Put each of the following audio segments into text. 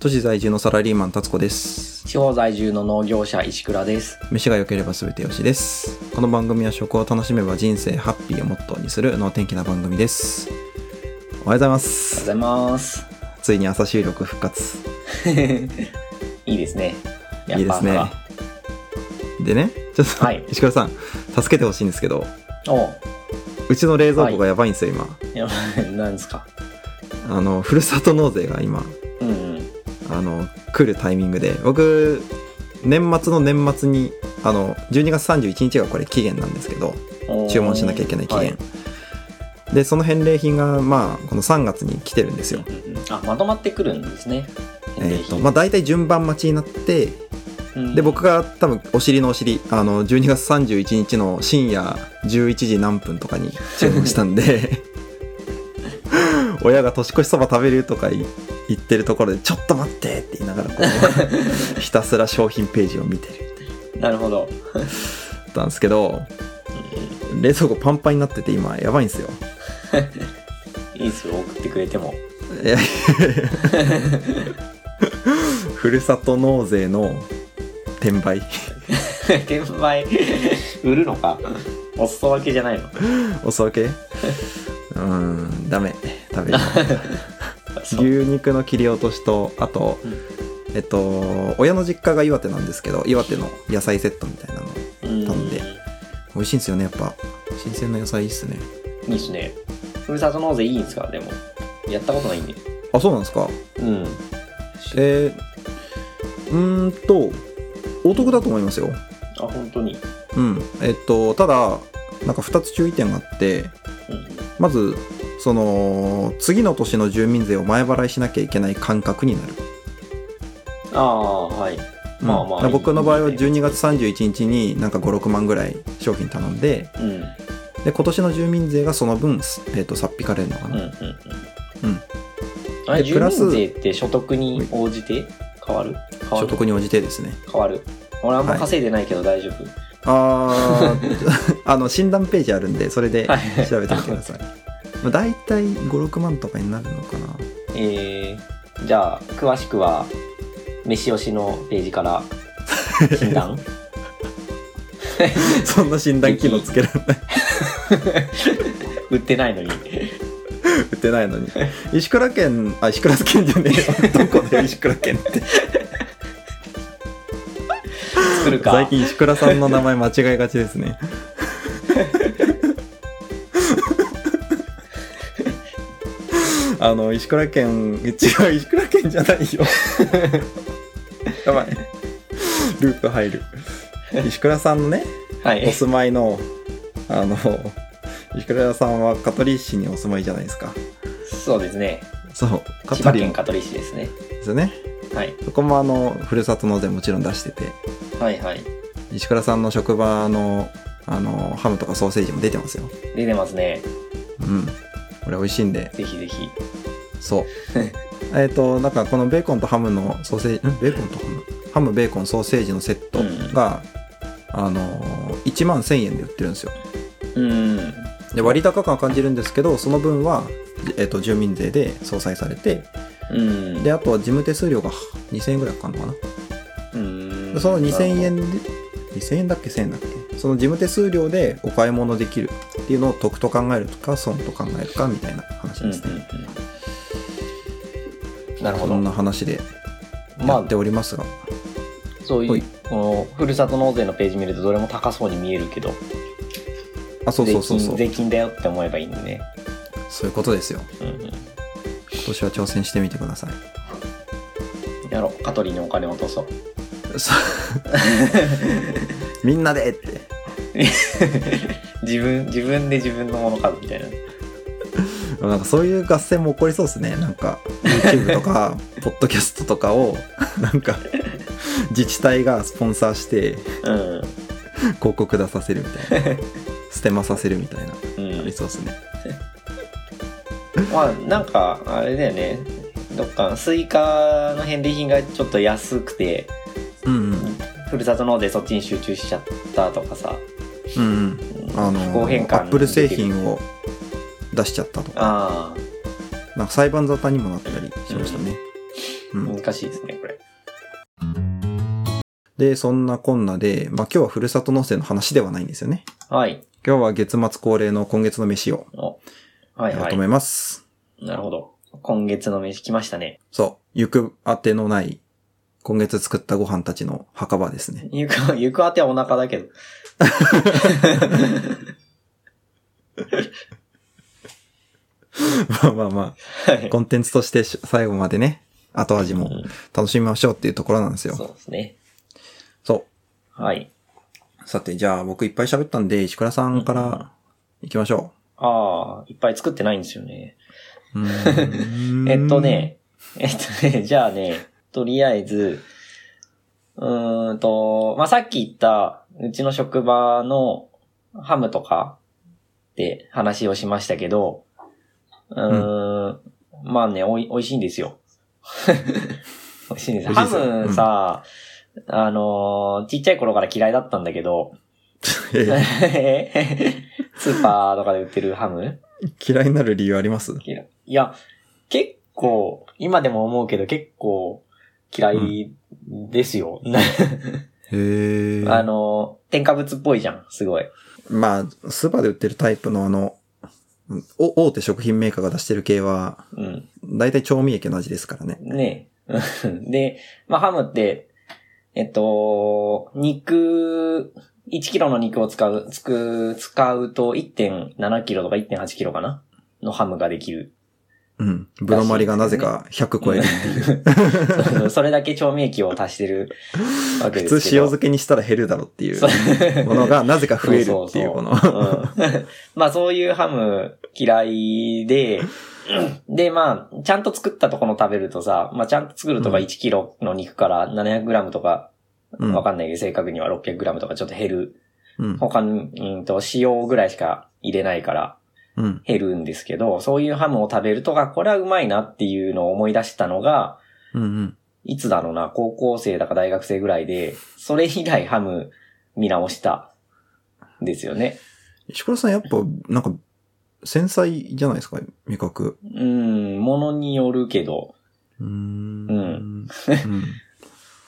都市在住のサラリーマン達子です地方在住の農業者石倉です。飯が良ければ全てよしですこの番組は食を楽しめば人生ハッピーをモットーにする能天気な番組ですおはようございまおはすようございます。 ついに朝収録復活いいですね。やっぱいいですねでねちょっと、はい石倉さん助けてほしいんですけどおう うちの冷蔵庫がやばいんですよ今、いや、なんですか。あのふるさと納税が今うんうん。あの来るタイミングで僕年末の年末にあの12月31日がこれ期限なんですけどおー注文しなきゃいけない期限、はいでその返礼品がまあこの3月に来てるんですようんうんあ、まとまってくるんですね。えーとまあ大体順番待ちになってで僕が。が多分お尻のお尻あの12月31日の深夜11時何分とかに注文したんで 親が年越しそば食べるとかい言ってるところで「ちょっと待って!」って言いながらこ うひたすら商品ページを見てるなるほど。だったんですけど冷蔵庫パンパンになってて今やばいんですよいいですよ、送ってくれても。 いや ふるさと納税の転売 転売、 売るのか。お裾分けじゃないの。お裾分けうーんダメ食 べるそう牛肉の切り落としとあと、うんえっと親の実家が岩手なんですけど岩手の野菜セットみたいなのうんなんで美味しいんですよねやっぱ新鮮な野菜いいっすねいいですね。ふるさと納税いいんですか、でも。やったことないんで。あそうなんですかうん。えー、うーんとお得だと思いますよあ、本当に。うんえっとただなんか2つ注意点があってうんまずその次の年の住民税を前払いしなきゃいけない感覚になる、ああ、はい。まあまあうんだから僕の場合はいいね12月31日になんか56万ぐらい商品頼んでうん。うんで今年の住民税がその分、すえー、とさっ引かれるのかうんうな、ん。うんあれ、で住プラス民税って所得に応じて変わる変わ所る得に応じてですね変わる。俺あんまはい稼いでないけど大丈夫。あー あの診断ページあるんでそれではいはい調べてみてください、まあ、大体56万とかになるのかな えー、じゃあ、詳しくは、飯吉のページから、診断そんな診断機能つけられない売ってないのに。売ってない のに石倉県あ石倉県じゃねえよどこで石倉県って作るか。最近石倉さんの名前間違えがちですね あの石倉県違う石倉県じゃない よやばいループ入る石倉さんのねはいお。住まいのあの石倉さんは香取市にお住まいじゃないですかそうですね。そう千葉県で香取市ですね。すよねはい。そこもあのふるさと納税もちろん出しててはいはい。石倉さんの職場のあのハムとかソーセージも出てますよ出てますね。うんこれ美味しいんでぜひぜひ。そうえっとなんかこのベーコンとハムのソーセージんベーコンとハムハムベーコンソーセージのセットが、あの1万1000円で売ってるんですようん。で割高感は感じるんですけどその分は、えっと住民税で相殺されてうん。であとは事務手数料が2000円ぐらいかかるのかなうんでその2000なる円で2000円だっけ1000円だっけその事務手数料でお買い物できるっていうのを得と考えるとか損と考えるかみたいな話ほど。ですね、うんうんなるほそんど。な話でまやあって、おりますが、そうい、はいうこのふるさと納税のページ見ると、どれも高そうに見えるけど、あそうそうそうそう税金税金だよって思えばいいんでね。そういうことですようんうん今年は挑戦してみてください やろう、香取にお金を落とそう。 そうみんなでって自分、自分で自分のもの買うみたいな。なんかそういう合戦も起こりそうですねなんか YouTube とか ポッドキャストとかをなんか自治体がスポンサーしてうん。広告出させるみたい なステマさせるみたいなあうんりそうですねまあ、なんか、あれだよね。どっか、スイカの返礼品がちょっと安くて、うんうんふるさと納税そっちに集中しちゃったとかさ、うんうんあの気候変換アップル製品を。を出しちゃったとかああ。なんか裁判沙汰にもなったりしましたね、うん、難しいですね、これ。で、そんなこんなで、まあ今日はふるさと納税の話ではないんですよね。はい。今日は月末恒例の今月の飯をおはいやろうはと思いい。ます。なるほど。今月の飯来ましたね。そう。行く当てのない、今月作ったご飯たちの墓場ですね。ゆく、 ゆくあてはお腹だけど。 まあまあまはいあ、コンテンツとしてし最後までね、後味も楽しみましょうっていうところなんですよ。そうですね。そう。はい。さて、じゃあ僕いっぱい喋ったんで、石倉さんから行きましょああ、いっぱい作ってないんですよね。う。うーんえっと。ね、えっとね、じ ゃあね、とりあえず、うーんと、まあ、さっき言った、うちの職場のハムとかって話をしましたけど、うーん、まあね、おい、美味しいんですよ。 美味しいんです。美ハ味しいですムさ、あのーちっちゃい頃から嫌いだったんだけど、 え スーパーとかで売ってるハム嫌いになる理由あります嫌い。いや、結構、今でも思うけど結構嫌いですよ。へえ。あの、添加物っぽいじゃん、すごい。まあ、スーパーで売ってるタイプのあの、うんお大手食品メーカーが出してる系は、うん。大体調味液の味ですからね。ね えで、まあ、ハムって、えっと、肉、1キロの肉を使う、つく、使うと1.7キロとか1.8キロかなのハムができる。うん。ブロマリがなぜか100超える。 そうそれだけ調味液を足してるわけ普で通す塩けど。漬けにしたら減るだろうっていうそうものがなぜか増えるっていうこの。そうそうそううん まあそういうハム嫌いで、で、まあ、ちゃんと作ったところ食べるとさ、まあちゃんと作るとかうん1キロの肉から700グラムとか、うんわかんないけど正確には600グラムとかちょっと減る。うん。他に、うんと、塩ぐらいしか入れないからうん。減るんですけど、そういうハムを食べるとか、これはうまいなっていうのを思い出したのが、うん。うん。いつだろうな、高校生だか大学生ぐらいで、それ以来ハム見直したんですよね。石倉さんやっぱ、なんか、繊細じゃないですか、味覚。うん、ものによるけど。うーん。ううん。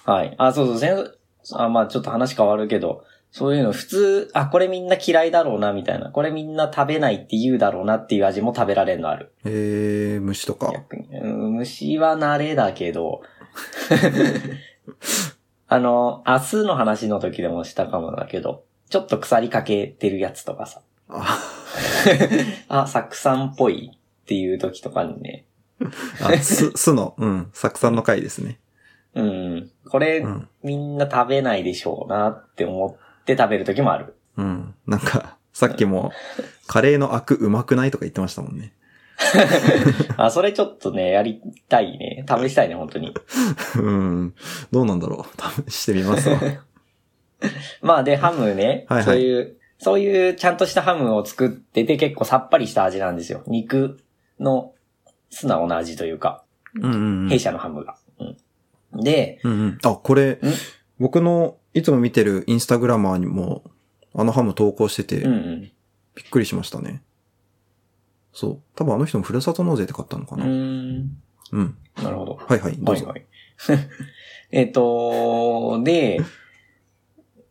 はい。あ、そうそう、せんあまあちょっと話変わるけど、そういうの普通、あ、これみんな嫌いだろうな、みたいな。これみんな食べないって言うだろうなっていう味も食べられるのある。えー、虫とか。逆に。うん虫は慣れだ けど。あの、明日の話の時でもしたかもだけど、ちょっと腐りかけてるやつとかさ。あ、あ、酢酸っぽいっていう時とかにね。あす、すの、うん、酢酸の回ですね。うん、これうん。みんな食べないでしょうなって思って食べる時もある。うん。なんか、さっきも、カレーのアクうまくないとか言ってましたもんね。あ、それちょっとね、やりたいね。試したいね、本当に。うん。どうなんだろう。試してみますわ。まあで、ハムね、はいはいそういう、そういうちゃんとしたハムを作ってて結構さっぱりした味なんですよ。肉の素直な味というか、うんうんうん弊。社のハムが。うん、で、うんうん。あ、これ、僕のいつも見てるインスタグラマーにも、あのハム投稿してて、うんうん。びっくりしましたね。そう。多分あの人もふるさと納税で買ったのかうーな。ん。うん。なるほど。はいはい、どうはいぞ。はい。 えっと、で、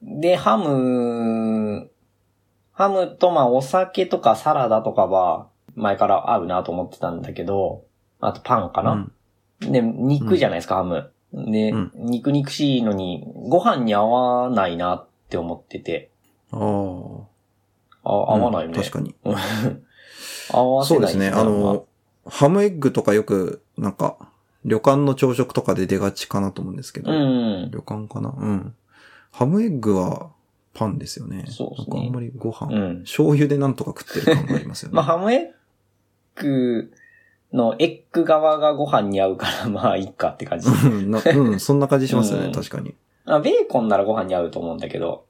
で、ハム、ハムとまあお酒とかサラダとかは前から合うなと思ってたんだけど、あとパンかな、で、肉じゃないですか、ハム。で、うん肉肉しいのにご飯に合わないなって思ってて、うん、あああ。合わないよね。うん確かに。 合わせそうなでいすね。あの、ハムエッグとかよく、なんか、旅館の朝食とかで出がちかなと思うんですけど、うん。旅館かなうん。ハムエッグはパンですよね。そうですねなんかあんまりご飯、うん。醤油でなんとか食ってる感がありますよね。まあ、ハムエッグのエッグ側がご飯に合うから、 まあ、いいかって感じ。うんなうん、そんな感じしますよね、うん確かに。あベーコンならご飯に合うと思うんだけど、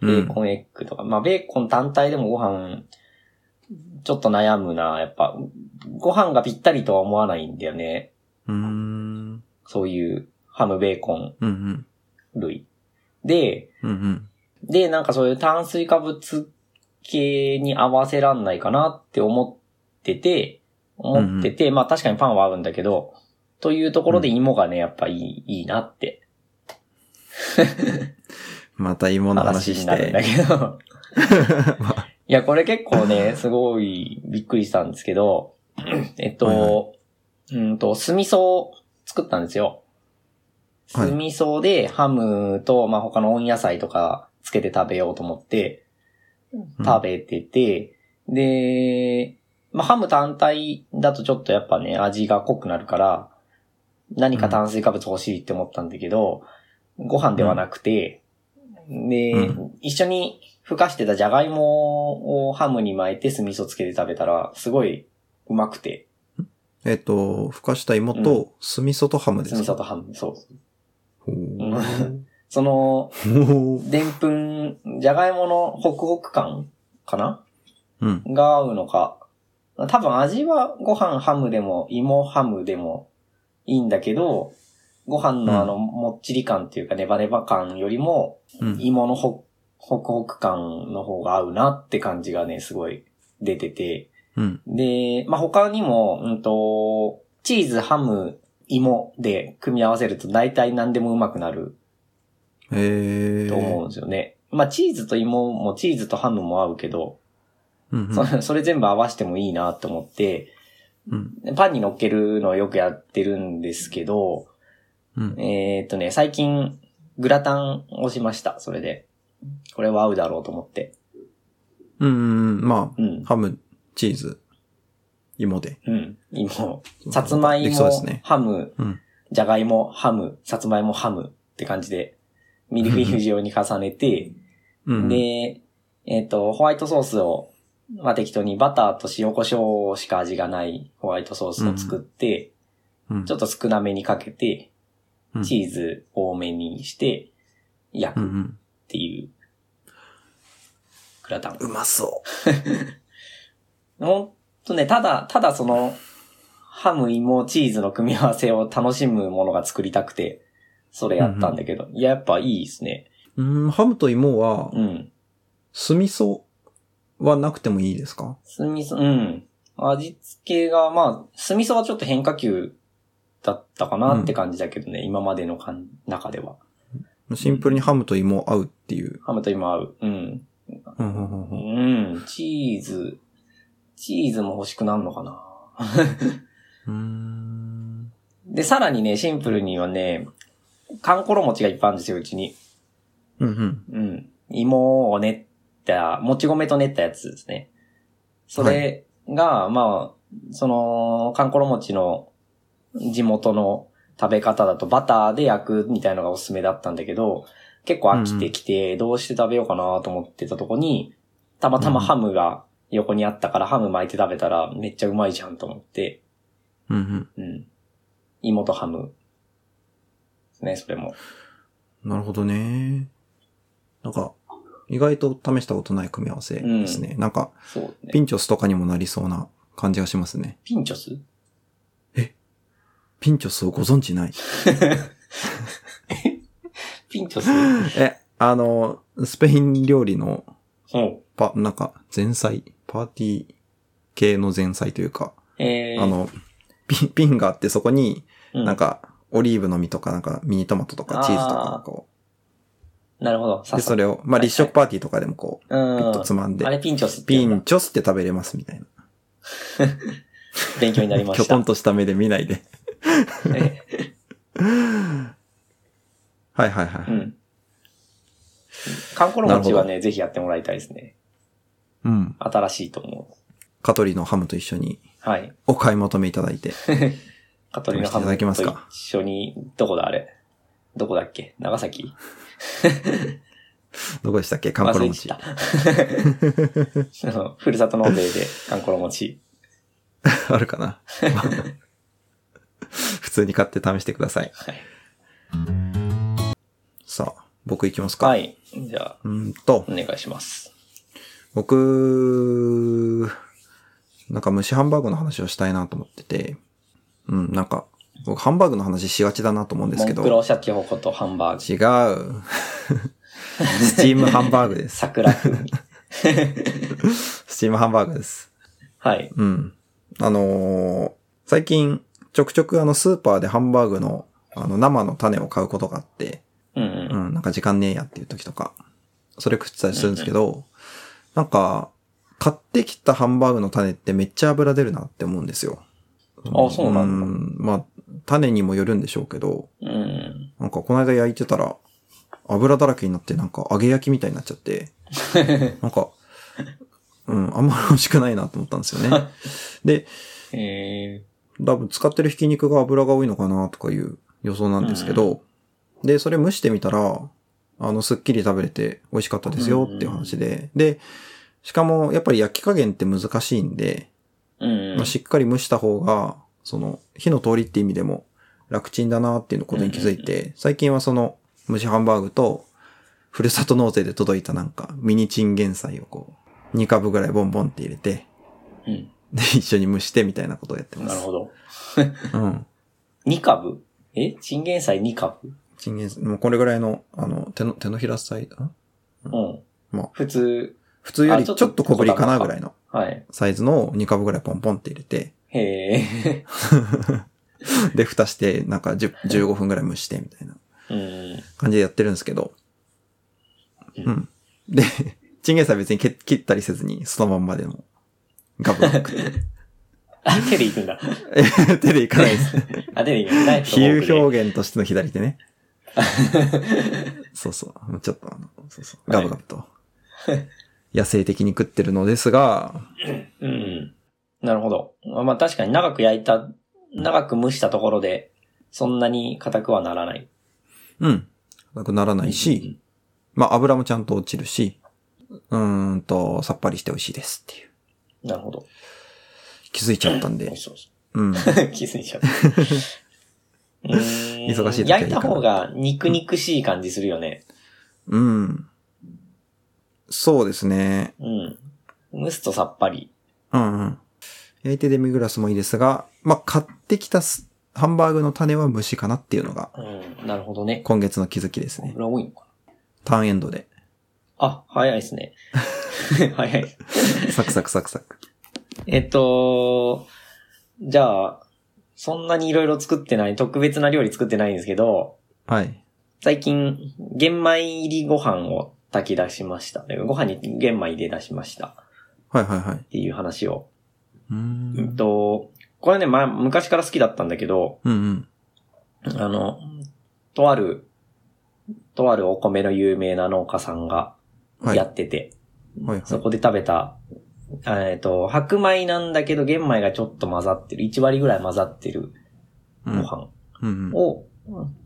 ベうんーコンエッグとか、まあ、ベーコン単体でもご飯、ちょっと悩むな、やっぱ。ご飯がぴったりとは思わないんだよね。うーん。そういうハムベーコンうんうん。類。で、うんうん。で、なんかそういう炭水化物系に合わせらんないかなって思ってて、思ってて、まあ確かにパンは合うんだけど、というところで芋がね、やっぱいい、いいなってまた芋の話話しにて。なるんだけ ど。いや、これ結構ね、すごいびっくりしたんですけど、 えっと、はいはうんと、酢味噌を作ったんですよ。酢はい味噌でハムと、まあ、他の温野菜とかつけて食べようと思って、うん食べてて、で、まあ、ハム単体だとちょっとやっぱね、味が濃くなるから、何か炭水化物欲しいって思ったんだけど、ご飯ではなくて、で、うん一緒にふかしてたじゃがいもをハムに巻いて酢味噌つけて食べたら、すごいうまくて、えっ、と、ふかした芋と酢味噌とハムで酢す味噌か、とハム、そう。ほうその、ほうでんぷん、じゃがいものホクホク感かなうん。が合うのか。多分味はご飯ハムでも芋ハムでもいいんだけど、ご飯のあの、もっちり感っていうかネバネバ感よりも、うん。芋のホホクホク感の方が合うなって感じがね、すごい出てて。うん。で、まあ、他にも、うんと、チーズ、ハム、芋で組み合わせると大体何でもうまくなるえー。と思うんですよね。まあ、チーズと芋もチーズとハムも合うけど、うんうん。そそれ全部合わせてもいいなって思って、うん。パンに乗っけるのをよくやってるんですけど、うん。えーっとね、最近グラタンをしました、それで。これは合うだろうと思って。うんうん。まあ、うん。ハム、チーズ、芋で。うん。芋、さつまいできそうもです、ね。ハム、うん。じゃがいも、ハム、さつまいも、ハムって感じで、ミルフィーユ状に重ねて、うん。で、えっ、と、ホワイトソースを、まあ、適当にバターと塩コショウしか味がないホワイトソースを作って、うん、ちょっと少なめにかけて、うんチーズ多めにして、焼うんくうっん。ていう、グラタン。うまそほんとね、ただ、ただその、ハム、芋、チーズの組み合わせを楽しむものが作りたくて、それやったんだけど、いや、やっぱいいですね。う。うん、ハムと芋は、うん。酢味噌はなくてもいいですか酢味噌、うん。味付けが、まあ、酢味噌はちょっと変化球だったかなって感じだけどね、今までのかん中では。シンプルにハムと芋合うっていう。ハムと今合う。うん。うんうんうんううんん、チーズ、チーズも欲しくなるのかな。うーん。で、さらにね、シンプルにはね、かんころ餅がいっぱいあるんですよ、うちに。うんうん。うん。芋を練った、もち米と練ったやつですね。それが、まあ、その、かんころ餅の地元の食べ方だとバターで焼くみたいのがおすすめだったんだけど、結構飽きてきて、どうして食べようかなと思ってたとこに、たまたまハムが横にあったからハム巻いて食べたらめっちゃうまいじゃんと思って、うんうん。うん。芋とハム。ですね、それも。なるほどね。なんか、意外と試したことない組み合わせですね。なんか、そうね。ピンチョスとかにもなりそうな感じがしますね。ピンチョスピンチョスをご存知ない。ピンチョ ス え、あの、スペイン料理の、うん。パ、なんか、前菜、パーティー系の前菜というか、えー、あの、ピン、ピンがあってそこに、うなん、か、オリーブの実とか、なんか、ミニトマトとあか、ーチーズとか、こなるほど。う。で、それを、まはあ、いはい立食パーティーとかでもこう、うんピッとつまんであ、れピンチョスってピ言うんだンチョスって食べれますみたいな。勉強になりまきょしとたん。とした目で見ないで。 はいはいはうい。ん。カンコロ餅はね、ぜひやってもらいたいですね。うん。新しいと思う。カトリのハムと一緒にはい。お買い求めいただいて。 カトリのハいただきまムすとか一緒に、どこだあれどこだっけ長崎どこでしたっけカンコロ餅。忘れてた あのふるさと納税でカンコロ餅。 あるかな普通に買って試してください。はい。さあ、僕行きますか。はい。じゃあ、うーんとお、願いします。僕、なんか蒸しハンバーグの話をしたいなと思ってて、うん、なんか、僕ハンバーグの話しがちだなと思うんですモけンど、クロシャキホコとハンバーグ。違う。 スチームハンバーグです。桜風 味。スチームハンバーグです。はい。うん。あのー最近、ちょくちょくあのスーパーでハンバーグのあの生の種を買うことがあって、うんううん。ん、なんか時間ねえやっていう時とか、それ食ってたりするんですけど、なんか、買ってきたハンバーグの種ってめっちゃ油出るなって思うんですよ。あそうなんだんまあ、種にもよるんでしょうけど、うん。なんかこの間焼いてたら、油だらけになってなんか揚げ焼きみたいになっちゃ って、なんか、うん、あんまり美味しくないなと思ったんですよね。で、え多分使ってるひき肉が油が多いのかなとかいう予想なんですけど、で、それ蒸してみたら、あの、すっきり食べれて美味しかったですよっていう話で、で、しかもやっぱり焼き加減って難しいんで、ー、うん。まあ、しっかり蒸した方が、その、火の通りって意味でも楽ちんだなっていうことに気づいて、最近はその、蒸しハンバーグと、ふるさと納税で届いたなんか、ミニチンゲン菜をこう、2株ぐらいボンボンって入れて、うん。で、一緒に蒸してみたいなことをやってます。なるほど。ど。うん。 2株えチンゲン菜2株チンゲン菜、もうこれぐらいの、あの、手の、手のひらサイズ、んうん。まあ普通、普通よりあちちょょっっとと小ぶりかなぐらいのはい。サイズのを2株ぐらいポンポンって入れて、へえ。で、蓋して、なんか10 15分ぐらい蒸してみたいな。 うん。感じでやってるんですけど。うんうん。で、 チンゲン菜別にけ切ったりせずに、そのまんまでも、ガブ ガブ食ってあ、手で行くんだ。え手でいかない です。あ、手で行くんだ。比喩表現としての左手 ね。そうそう。ちょっとあの、そうそう。ガブガブと。野生的に食ってるのですが、うん。なるほど。まあ確かに長く焼いた、長く蒸したところで、そんなに硬くはならない。うん。なくならないし、まあ油もちゃんと落ちるし、うーんと、さっぱりして美味しいですっていう。うん。なるほど。気づいちゃったん美で味。し そうです。うん。気づいち ゃった。うーん忙しい時はいいから焼いた方が肉肉しい感じするよね。うん。そうですね。うん。蒸すとさっぱり。うんうん。焼いてデミグラスもいいですが、まあ、買ってきたすハンバーグの種は虫かなっていうのが、うん。なるほどね。今月の気づきですね。油多いのかターンエンドで。なあ、早いです ね。早い。サクサクサクサク。えっと、じゃあ、そんなにいろいろ作ってない、特別な料理作ってないんですけど、はい。最近、玄米入りご飯を炊き出しました。ご飯に玄米入れ出しました。っはいはいはい。ていう話を。うーうんん。と、これね、まあ、昔から好きだったんだけど、うんうん。あの、とある、とあるお米の有名な農家さんがはい。やはいってて、はい。そこで食べた、えっと、白米なんだけど玄米がちょっと混ざってる、1割ぐらい混ざってるうごん飯うんうん。を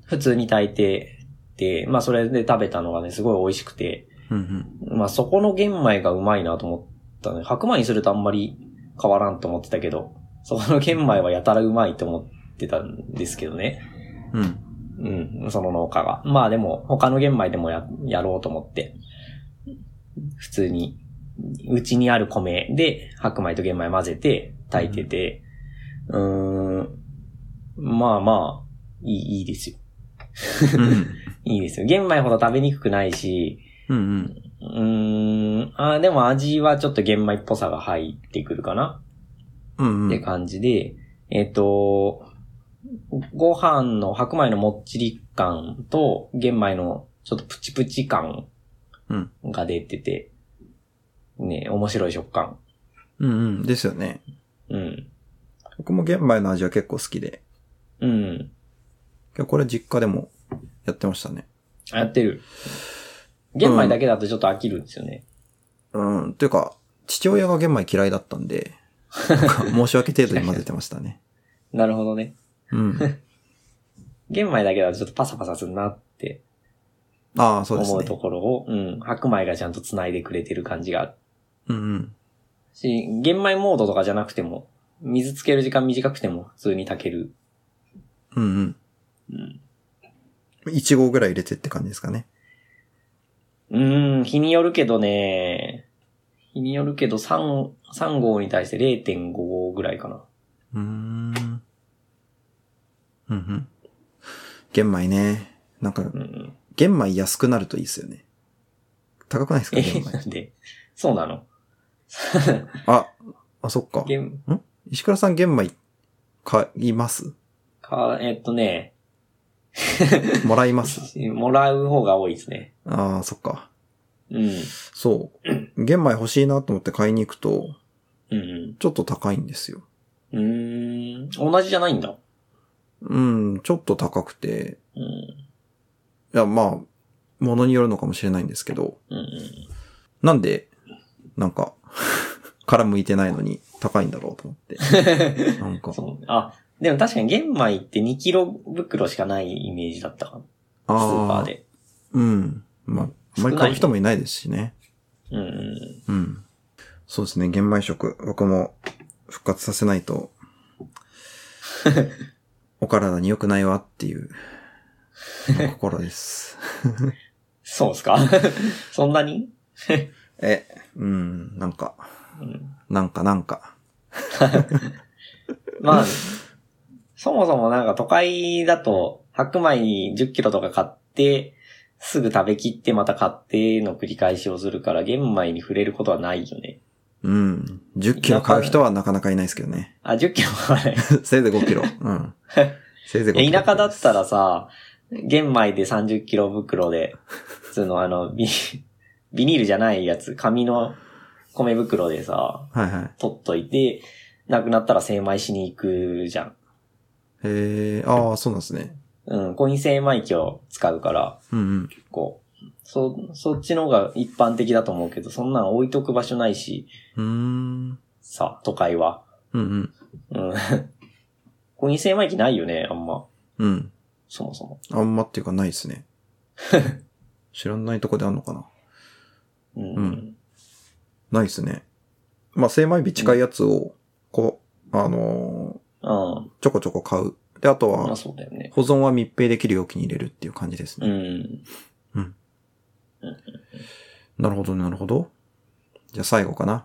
普通に炊いてて、まあそれで食べたのがね、すごい美味しくて、うんうん。まあそこの玄米がうまいなと思ったね。白米にするとあんまり変わらんと思ってたけど、そこの玄米はやたらうまいと思ってたんですけどね。うん。うん、その農家が。まあでも他の玄米でもや、やろうと思って、普通に、うちにある米で白米と玄米混ぜて炊いてて、うーん、まあまあ、いい、いいですよ。うんいいですよ。玄米ほど食べにくくないし、うんうん。うーん。あーでも味はちょっと玄米っぽさが入ってくるかな、うんうってん。感じで、えっ、と、ご飯の白米のもっちり感と玄米のちょっとプチプチ感うんが出てて、ね、面白い食感。うんうん。ですよね。うん。僕も玄米の味は結構好きで。うん。今日これ実家でもやってましたね。やってる。玄米だけだとちょっと飽きるんですよね。うん。というか、父親が玄米嫌いだったんで、なんか申し訳程度に混ぜてましたね。なるほどね。うん。玄米だけだとちょっとパサパサするなってああ、そうです思うとね。ころを、うん。白米がちゃんと繋いでくれてる感じがある。うんうん。し、玄米モードとかじゃなくても、水つける時間短くても普通に炊ける。うんうん。うん。1合ぐらい入れてって感じですかね。うーん、日によるけどね、日によるけど3、3号に対して0.5号ぐらいかな。うーん。うんうん。玄米ね。なんかう、ん。玄米安くなるといいですよね。高くないですかえ玄、な米。んでそうな のあ、あ、そっか。玄石倉さん玄米買いますか、えっとね、もらいます。もらう方が多いですね。ああ、そっか。うん。そう。玄米欲しいなと思って買いに行くと、うんちょっと高いんですよ。うん。うーん。同じじゃないんだ。うん、ちょっと高くて、うん。いや、まあ、ものによるのかもしれないんですけど、うんうん。なんで、なんか、 殻向いてないのに高いんだろうと思って。なんか、 そう。あ、でも確かに玄米って2キロ袋しかないイメージだったかな。あスーパー。で。うん。まあ、あんまり買う人もいないですしね。うんうん。うん。そうですね、玄米食、僕も復活させない と、お体に良くないわっていう、心 です。そうですか そんなにえ、うん、なんか、うん。なんかなんか。まあ、そもそもなんか都会だと白米10キロとか買って、すぐ食べきってまた買っての繰り返しをするから玄米に触れることはないよね。うん。10キロ買う人はなかなかいないですけどね。 あ、10キロはね。せいぜい5キロ。 うん。せいぜい5いキロ。や田舎だったらさ、玄米で30キロ袋で、普通のあの、ビビニールじゃないやつ、紙の米袋でさ、はいはい。取っといて、なくなったら精米しに行くじゃん。えー、ああ、そうなんですね。うん、コイン精米機を使うから、うんうん。結構。そ、そっちの方が一般的だと思うけど、そんなの置いとく場所ないし、うーん。さ、都会は。うんうん。うん。 コイン精米機ないよね、あんま。うん。そもそも。あんまっていうかないです ね。知らないとこであんのかなうん。うんないですね。まあ、精米日近いやつを、こう、あのうん。ーちょこちょこ買う。で、あとまあは、そうだよね。保存は密閉できる容器に入れるっていう感じですうね。ん。なるほどね、なるほど。じゃあ最後かな。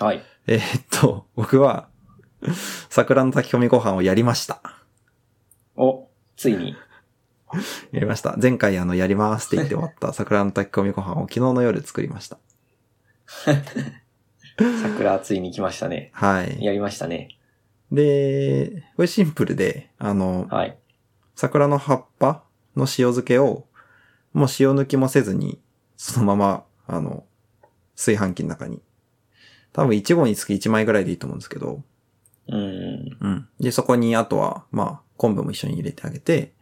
はい。えーっと、 僕は、桜の炊き込みご飯をやりました。お、ついに。やりました。前回あの、やりますって言って終わった桜の炊き込みご飯を昨日の夜作りました。桜ついに来ましたね。はい。やりましたね。で、これシンプルで、あの、はい。桜の葉っぱの塩漬けを、もう塩抜きもせずに、そのまま、あの、炊飯器の中に。多分1合につき1枚ぐらいでいいと思うんですけど、うん。うん。で、そこにあとは、まあ、昆布も一緒に入れてあげて、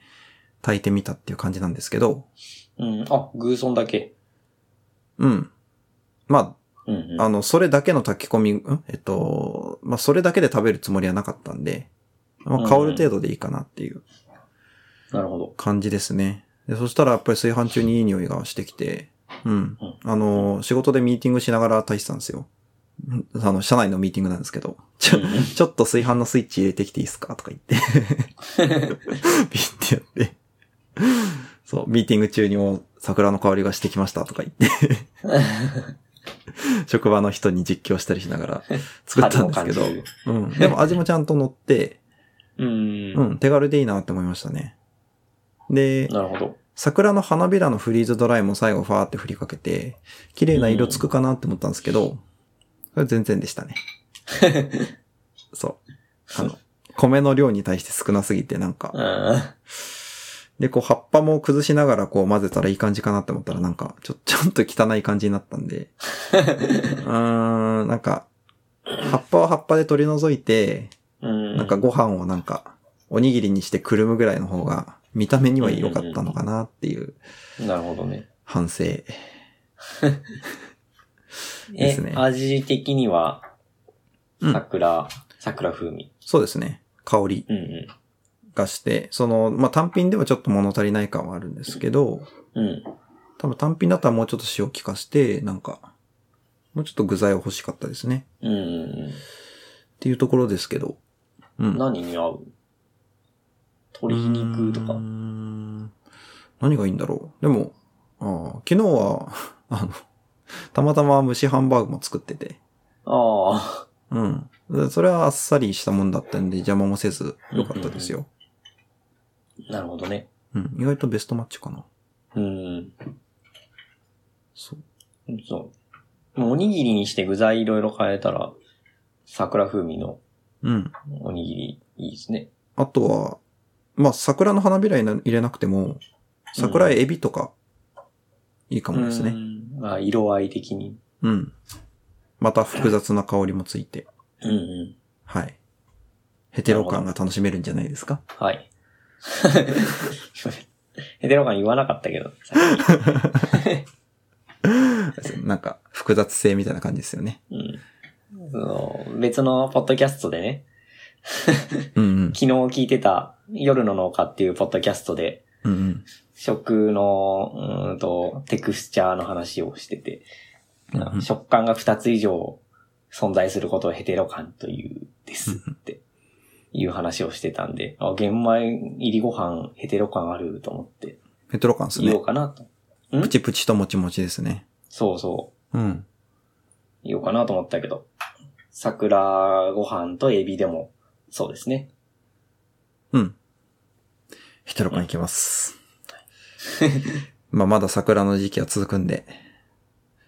炊いてみたっていう感じなんですけど、うん。あ、偶存だけ。うん。まあ、うん、うん。あの、それだけの炊き込み、んえっと、まあ、それだけで食べるつもりはなかったんで、まあ、香る程度でいいかなっていうなる ほど。感じですね。でそしたらやっぱり炊飯中にいい匂いがしてきて、うんうん。あの、仕事でミーティングしながら炊いてたんですよ。うんあの、社内のミーティングなんですけど、ちょ、うちょっと炊飯のスイッチ入れてきていいですかとか言って、 ピッてやって、そう、ミーティング中にもう桜の香りがしてきましたとか言 って、職場の人に実況したりしながら作ったんですけど、春の感うん。でも味もちゃんと乗って、じうん。うん、手軽でいいなって思いましたね。で、なるほど。桜の花びらのフリーズドライも最後ファーって振りかけて、綺麗な色つくかなって思ったんですけど、それ全然でしたね。そう。あの、米の量に対して少なすぎてなんかう、ん。で、こう葉っぱも崩しながらこう混ぜたらいい感じかなって思ったらなんか、ちょ、 ちょっと汚い感じになったんで、うーん、なんか、葉っぱは葉っぱで取り除いて、うん。なんか、ご飯をなんか、おにぎりにしてくるむぐらいの方が、見た目には良かったのかなっていうなるほどね。反省。でえすね、味的には、うん桜、桜風味。そうですね。香りうんがして、その、まあ、単品ではちょっと物足りない感はあるんですけど、うん。うん。多分単品だったらもうちょっと塩効かして、なんか、もうちょっと具材は欲しかったですね。うんうんっていうところですけど。ううん。ん。何に合う鶏ひき肉とうーか。ん何がいいんだろう。でも、あー昨日は、 あの、たまたま蒸しハンバーグも作ってて、あうん。でそれはあっさりしたもんだったんで邪魔もせず良かったですよ。あ、なるほどね。うん。意外とベストマッチかな。うん。そう。そう。もうおにぎりにして具材いろいろ変えたら、桜風味のうん。おにぎりいいですね。あとは、まあ、桜の花びらにな入れなくても、桜えエビとか、いいかもですうね。んまあ、色合い的に。うん。また複雑な香りもついて、うんうん。はい。ヘテロ感が楽しめるんじゃないですかはい。 ヘテロ感言わなかったけど。なんか、複雑性みたいな感じですよね。うん。その別のポッドキャストでね、うんうん。昨日聞いてた夜の農家っていうポッドキャストで、うんうん。食の、うーんと、テクスチャーの話をしてて、うんうん食感が2つ以上存在することをヘテロ感というですっていう話をしてたんで、あ、玄米入りご飯ヘテロ感あると思ってヘテロ感です言おねう。かなと。プチプチともちもちですね。そうそう、うん。言おうかなと思ったけど、桜ご飯とエビでもそうですね。うん。ヘテロ感いきます。まあ、まだ桜の時期は続くんで。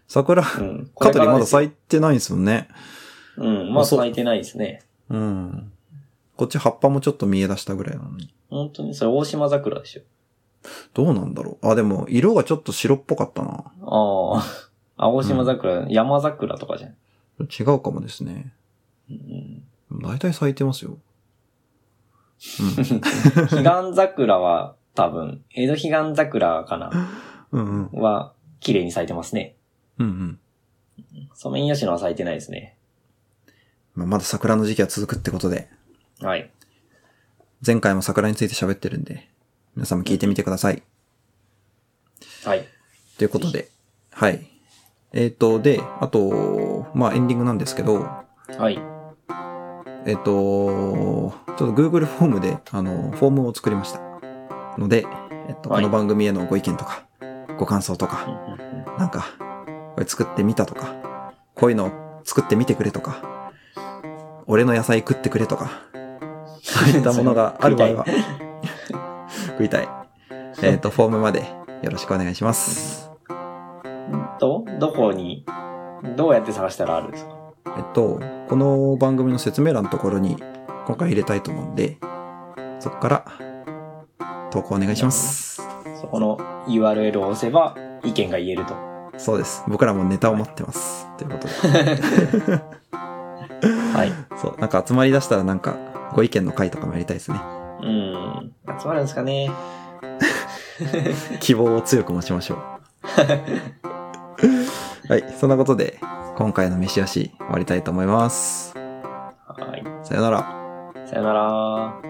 桜、うん。カトリーまだ咲咲いいてないんですもんね。うん、まだ遅咲いてないですね。うん。こっち葉っぱもちょっと見え出したぐらいなのに。本当に、それ大島桜でしょ。どうなんだろう。あ、でも、色がちょっと白っぽかったな。ああ。青島桜、山桜とかじゃん。違うかもですね。うん、大体咲いてますよ。彼岸桜は多分、江戸彼岸桜かなうん。うんうん。は綺麗に咲いてますね。うんうん。ソメイヨシノは咲いてないですね。まあ、まだ桜の時期は続くってことで、はい。前回も桜について喋ってるんで、皆さんも聞いてみてください。はい。ということで、はい。えっ、と、で、あと、まあエンディングなんですけど、はい。えっ、と、ちょっと Google フォームで、あの、フォームを作りました。ので、えっ、と、はいこの番組へのご意見とか、ご感想とか、なんか、これ作ってみたとか、こういうの作ってみてくれとか、俺の野菜食ってくれとか、そういったもの がある場合は、食いたい。えっ、と、フォームまでよろしくお願いします。と、どこに、どうやって探したらあるんですかえっと、この番組の説明欄のところに今回入れたいと思うんで、そこから投稿お願いします。そこの URL を押せば意見が言えると。はそうです。僕らもネタを持ってます。ということで。 い。そう、なんか集まりだしたらなんかご意見の会とかもやりたいですね。うん。集まるんですかね。希望を強く持ちましょう。はい、そんなことで今回の飯よし終わりたいと思います。はい。さよなら。さよなら。